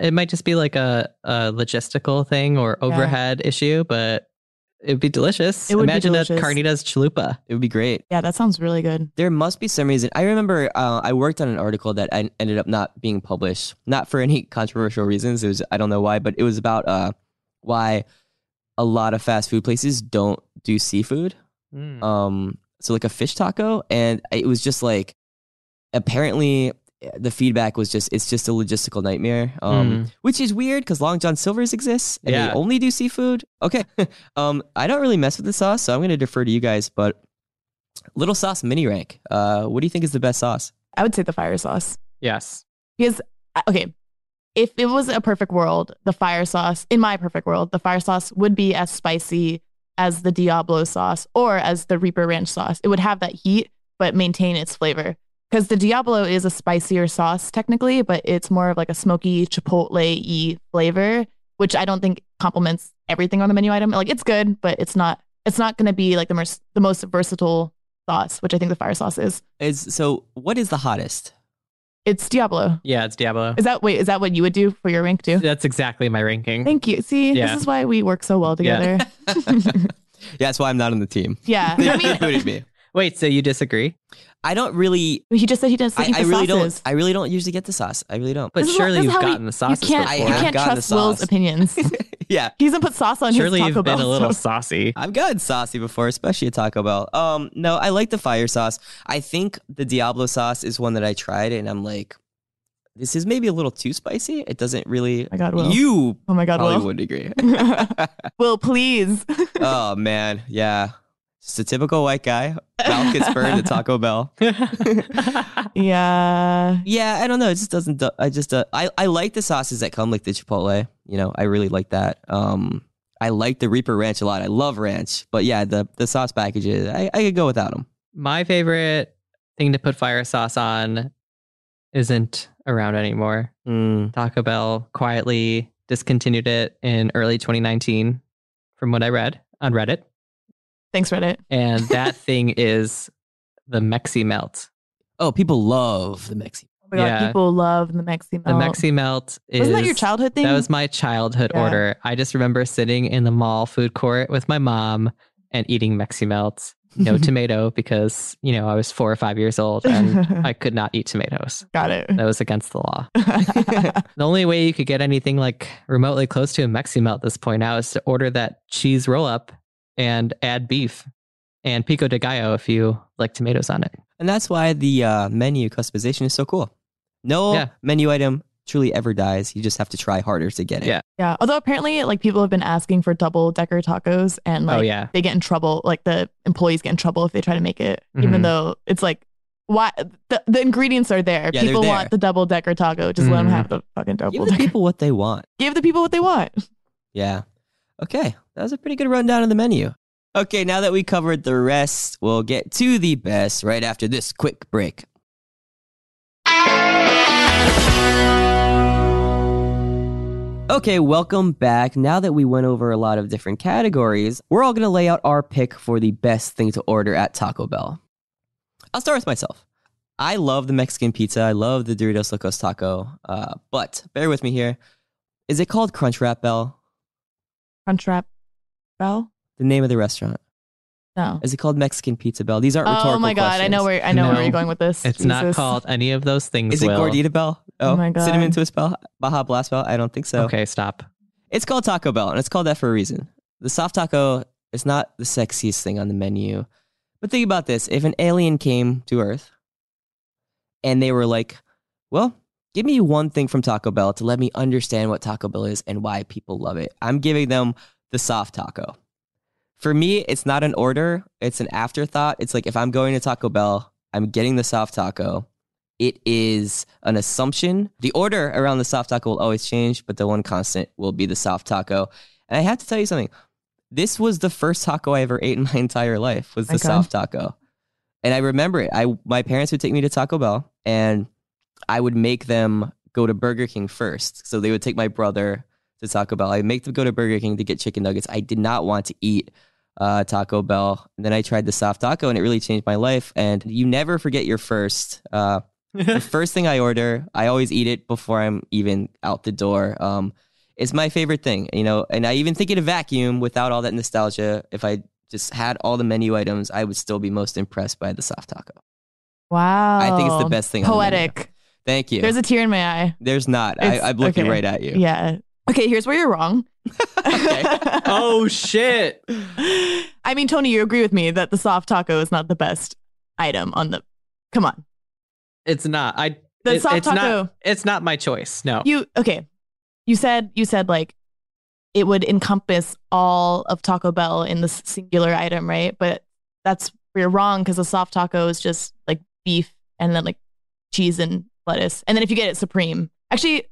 It might just be like a, a logistical thing or Yeah. overhead issue, but it'd be delicious. It would be Imagine a delicious. carnitas chalupa. It would be great. Yeah, that sounds really good. There must be some reason. I remember uh, I worked on an article that I ended up not being published, not for any controversial reasons. It was I don't know why, but it was about uh, why a lot of fast food places don't do seafood. Mm-hmm. Mm. um so like a fish taco and it was just like apparently eh, the feedback was just it's just a logistical nightmare Mm-hmm. um which is weird because long john silvers exists and Yeah. they only do seafood okay um i don't really mess with the sauce so i'm gonna defer to you guys but little sauce mini rank uh what do you think is the best sauce I would say the fire sauce. yes. Because uh, okay, if it was a perfect world, the fire sauce in my perfect world, the fire sauce would be as spicy as the Diablo sauce or as the Reaper Ranch sauce. It would have that heat but maintain its flavor. Because the Diablo is a spicier sauce technically, but it's more of like a smoky chipotle y flavor, which I don't think complements everything on the menu item. Like it's good, but it's not it's not gonna be like the most the most versatile sauce, which I think the fire sauce is. is so what is the hottest It's Diablo. Yeah, it's Diablo. Is that wait, is that what you would do for your rank too? That's exactly my ranking. Thank you. See, Yeah. this is why we work so well together. yeah that's why i'm not on the team Yeah. they I mean, booted me Wait, so you disagree? i don't really he just said he doesn't I, eat I the really sauces. don't i really don't usually get the sauce i really don't But This is wh- surely this is you've how we- gotten the You sauces can't, I you before. have can't gotten trust the Will's sauce. opinions. yeah He doesn't put sauce on surely his you've Taco been Bell. Oh a little sauce. saucy. I've gotten saucy before, especially at Taco Bell. Um, no, I like the fire sauce. I think the Diablo sauce is one that I tried, and I'm like, this is maybe a little too spicy. It doesn't really. Oh my God, Will. You oh my God, probably Will. would agree. Will, please. oh man, yeah, just a typical white guy. Mouth gets burned at Taco Bell. yeah. Yeah, I don't know. It just doesn't. do- I just uh, I I like the sauces that come like the Chipotle. You know, I really like that. Um, I like the Reaper Ranch a lot. I love ranch, but yeah, the the sauce packages, I I could go without them. my favorite thing to put fire sauce on isn't around anymore. Taco Bell quietly discontinued it in early 2019, from what I read on Reddit. Thanks, Reddit. And that thing is the Mexi Melt. Oh, people love the Mexi. Oh my God, Yeah. people love the Mexi Melt. The Mexi Melt Oh. is. Wasn't that your childhood thing? That was my childhood Yeah. order. I just remember sitting in the mall food court with my mom and eating Mexi Melts. No tomato because, you know, I was four or five years old and I could not eat tomatoes. Got That was against the law. it. The only way you could get anything like remotely close to a Mexi Melt at this point now is to order that cheese roll up and add beef and pico de gallo if you like tomatoes on it. And that's why the uh, menu customization is so cool. No Yeah. menu item truly ever dies. You just have to try harder to get it. Yeah. yeah. Although apparently, like, people have been asking for double decker tacos and, like, oh, yeah. they get in trouble like the employees get in trouble if they try to make it even Mm-hmm. Mhm. though it's like why the, the ingredients are there Yeah, they're people there. Mm-hmm. want the double decker taco just let 'em let them Mhm. have the fucking double Give the decker people what they want. give the people what they want Yeah. Okay. That was a pretty good rundown of the menu. Okay. Now that we covered the rest, we'll get to the best right after this quick break. Okay, welcome back. Now that we went over a lot of different categories, we're all going to lay out our pick for the best thing to order at Taco Bell. I'll start with myself. I love the Mexican pizza. I love the Doritos Locos Taco. Uh, but bear with me here. Is it called Crunch Wrap Bell? Crunchwrap Bell? The name of the restaurant. No. Is it called Mexican Pizza Bell? These aren't rhetorical Oh my god, I know questions. where I know No. where you're going with this. It's not Jesus. called any of those things. Is it Will. Gordita Bell? Oh my God. Cinnamon Twist Bell? Baja Blast Bell? I don't think so. Okay, stop. It's called Taco Bell, and it's called that for a reason. The soft taco is not the sexiest thing on the menu. But think about this if an alien came to Earth and they were like, well, give me one thing from Taco Bell to let me understand what Taco Bell is and why people love it, I'm giving them the soft taco. For me, it's not an order, it's an afterthought. It's like if I'm going to Taco Bell, I'm getting the soft taco. It is an assumption. The order around the soft taco will always change, but the one constant will be the soft taco. And I have to tell you something. This was the first taco I ever ate in my entire life was the My God. soft taco. And I remember it. I my parents would take me to Taco Bell and I would make them go to Burger King first. So they would take my brother to Taco Bell. I make them go to Burger King to get chicken nuggets. I did not want to eat uh, Taco Bell. And then I tried the soft taco, and it really changed my life. And you never forget your first. Uh, the first thing I order, I always eat it before I'm even out the door. Um, it's my favorite thing, you know. And I even think in a vacuum, without all that nostalgia, if I just had all the menu items, I would still be most impressed by the soft taco. Wow. I think it's the best thing. on the menu. Oh, Poetic. Thank you. There's There's, a tear in my eye. not. I, It's- I'm looking okay. right at you. Yeah. Okay, here's where you're wrong. Okay. oh shit. I mean, Tony, you agree with me that the soft taco is not the best item on the. Come on, It's not. I the It- soft it's taco. it's not my choice. Oh. No. You okay? You said you said like it would encompass all of Taco Bell in this singular item, right? But that's you're wrong because the soft taco is just like beef and then like cheese and lettuce, and then if you get it supreme, actually,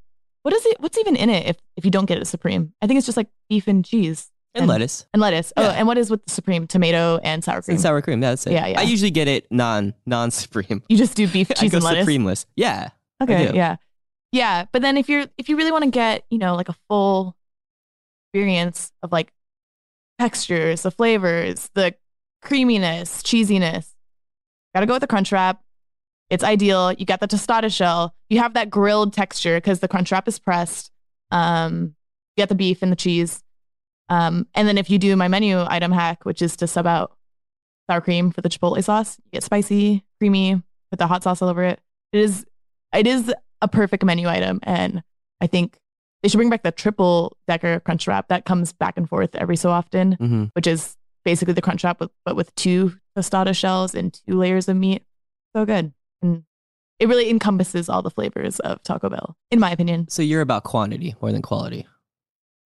what is it? What's even in it if if you don't get it supreme? I think it's just like beef and cheese And lettuce. and lettuce. Oh, Yeah. and what is with the supreme? Tomato and sour cream. And sour cream. yeah, That's it. Yeah, yeah. I usually get it non non supreme. You just do beef, I cheese, go and lettuce. supremeless. Yeah. Okay, do. yeah, yeah. But then if you're if you really want to get you know like a full experience of like textures, the flavors, the creaminess, cheesiness, gotta go with the crunch wrap. It's ideal. You got the tostada shell. You have that grilled texture because the crunch wrap is pressed. Um, you got the beef and the cheese. Um, and then if you do my menu item hack, which is to sub out sour cream for the chipotle sauce, you get spicy, creamy, with the hot sauce all over it. It is it is a perfect menu item and i think they should bring back the triple decker crunch wrap that comes back and forth every so often Mm-hmm. which is basically the crunch wrap with, but with two tostada shells and two layers of meat so good and it really encompasses all the flavors of taco bell in my opinion So you're about quantity more than quality.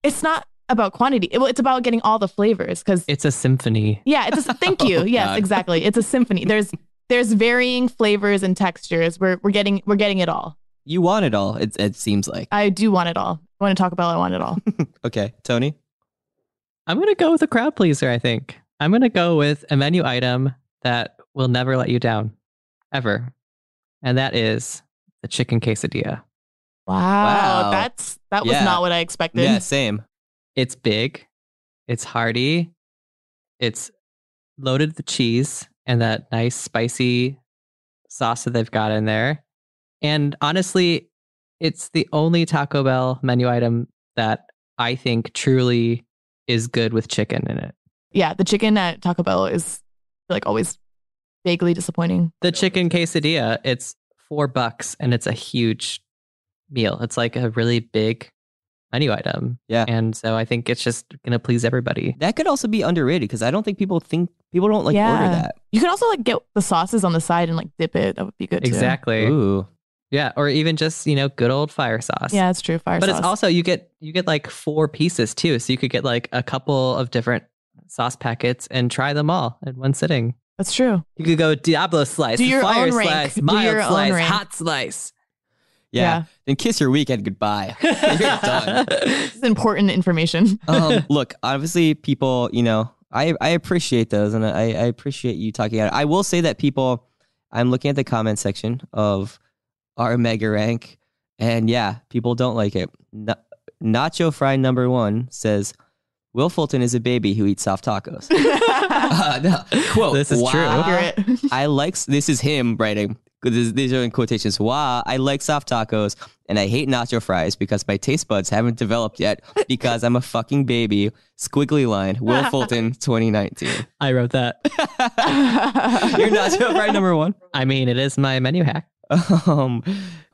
it's not about quantity it, well, it's about getting all the flavors because It's a symphony. Yeah, it's a thank you. Oh, yes, God. exactly. It's a symphony. There's there's varying flavors and textures. We're we're getting we're getting it all. You want it all. It, it seems like. I do want it all. I want to talk about I want it all. Okay, Tony. I'm gonna go with a crowd pleaser, I think. I'm gonna go with a menu item that will never let you down. Ever. And that is the chicken quesadilla. Wow, Wow. that's that was Yeah. not what I expected. Yeah, same. It's big, it's hearty, it's loaded with cheese and that nice spicy sauce that they've got in there. And honestly, it's the only Taco Bell menu item that I think truly is good with chicken in it. Yeah, the chicken at Taco Bell is like always vaguely disappointing. The chicken quesadilla, it's four bucks and it's a huge meal. It's like a really big menu item. Yeah. And so I think it's just going to please everybody. That could also be underrated because I don't think people think people don't like order Yeah. that. You can also like get the sauces on the side and like dip it. That would be good too. Exactly. Ooh, Yeah. Or even just, you know, good old fire sauce. Yeah, it's true. Fire But sauce. it's also, you get, you get like four pieces too. So you could get like a couple of different sauce packets and try them all in one sitting. that's true. You could go Diablo slice, Do your fire own rank. slice, Do mild your own slice, rank. hot slice. yeah. Then kiss your weekend goodbye. You're done. This is important information. um, look, obviously, people, you know, I, I appreciate those and I, I appreciate you talking about it. I will say that people, I'm looking at the comment section of our mega rank, and yeah, people don't like it. No, Nacho Fry Number One says, Will Fulton is a baby who eats soft tacos. Uh, no. Quote. This is true. "Wow, Accurate. I like this is him writing. 'cause this- These are in quotations. Wow, I like soft tacos and I hate nacho fries because my taste buds haven't developed yet because I'm a fucking baby. Squiggly line. Will Fulton, 2019. I wrote that. You're nacho fry number one. I mean, it is my menu hack. Um,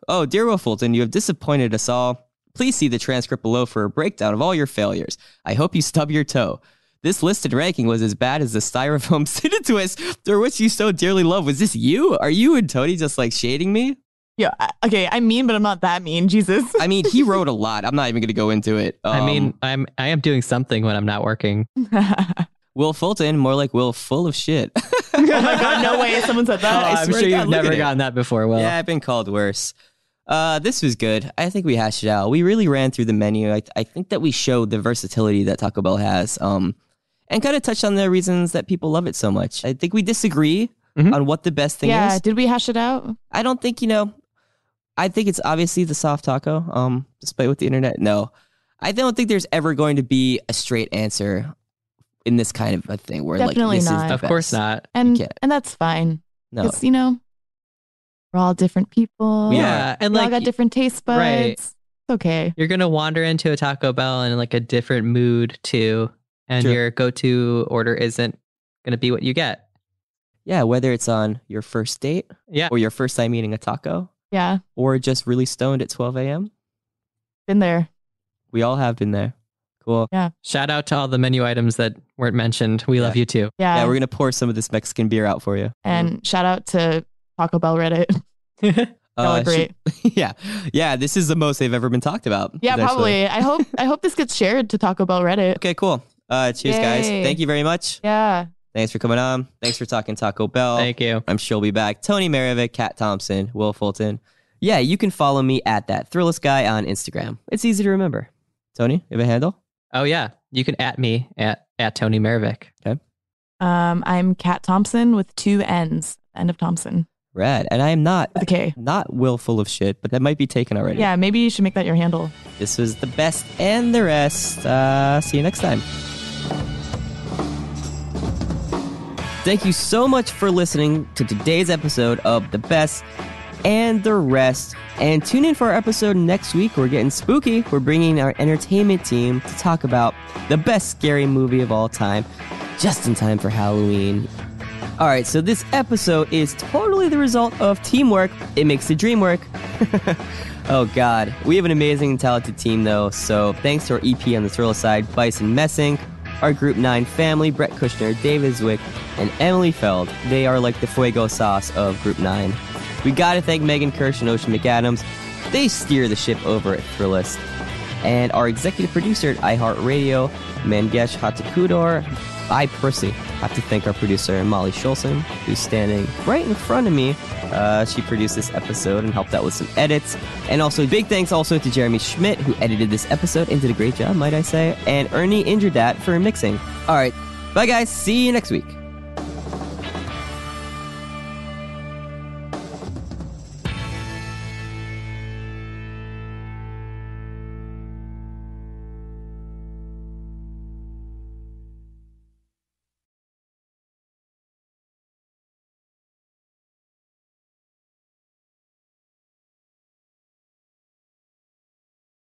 oh, dear Will Fulton, you have disappointed us all. Please see the transcript below for a breakdown of all your failures. I hope you stub your toe. This listed ranking was as bad as the styrofoam city twist, for which you so dearly love. Was this you? Are you and Tony just like shading me? yeah. I- Okay. I'm mean, but I'm not that mean. Jesus. I mean, he wrote a lot. I'm not even going to go into it. I mean, Um, I'm I am doing something when I'm not working. Will Fulton, more like Will, full of shit. oh oh my god, no way someone said I that. I'm swear sure to God, you've look at never it. gotten that before, Will. Yeah, I've been called worse. Uh, this was good. I think we hashed it out. We really ran through the menu. I, I think that we showed the versatility that Taco Bell has um, and kind of touched on the reasons that people love it so much. I think we disagree Mhm. on what the best thing yeah, is. did we hash it out? I don't think, you know, I think it's obviously the soft taco, um, despite what the internet. No, I don't think there's ever going to be a straight answer in this kind of a thing where Definitely like this is not. the Of course best. not. And can't. and that's fine. No, Because you know, we're all different people. We yeah, and We all like got different taste buds. right. It's okay. you're gonna wander into a Taco Bell in like a different mood too, and True. your go-to order isn't gonna be what you get. yeah, whether it's on your first date Yeah, or your first time eating a taco, Yeah. or just really stoned at 12 a.m. Been there. We all have been there. Cool. shout out to all the menu items that weren't mentioned. We love Yeah. you too. Yeah. Yeah, we're Mm-hmm. gonna pour some of this Mexican beer out for you. and shout out to Taco Bell Reddit. Y'all are Uh, great. she- yeah, yeah. This is the most they've ever been talked about. yeah, actually. probably. I hope I hope this gets shared to Taco Bell Reddit. Okay, cool. Uh, cheers, guys. Yay. Thank you very much. Yeah. Thanks for coming on. Thanks for talking Taco Bell. Thank you. I'm sure we'll be back. Tony Maravich, Kat Thompson, Will Fulton. Yeah, you can follow me at that Thrillist guy on Instagram. It's easy to remember. Tony, you have a handle? Oh yeah, you can at me at at Tony Maravich. Um, I'm Kat Thompson with two N's. End of Thompson Rad. And I am not with a K. not Will full of shit, but that might be taken already. Yeah, maybe you should make that your handle. This was the best and the rest. Uh, see you next time. Thank you so much for listening to today's episode of The Best and the Rest. And tune in for our episode next week. We're getting spooky. We're bringing our entertainment team to talk about the best scary movie of all time, just in time for Halloween. All right, so this episode is totally the result of teamwork. It makes the dream work. oh, God. We have an amazing and talented team, though. So thanks to our EP on the Thriller side, Bison Messing, our Group 9 family, Brett Kushner, David Zwick, and Emily Feld. They are like the fuego sauce of Group 9. We gotta thank Megan Kirsch and Ocean McAdams. They steer the ship over at Thrillist and our executive producer at iHeartRadio, Mangesh Hatakudor. I personally have to thank our producer, Molly Schulson, who's standing right in front of me. Uh, she produced this episode and helped out with some edits. And also, big thanks also to Jeremy Schmidt, who edited this episode and did a great job, might I say, and Ernie Indradat for mixing. All right, bye guys. See you next week.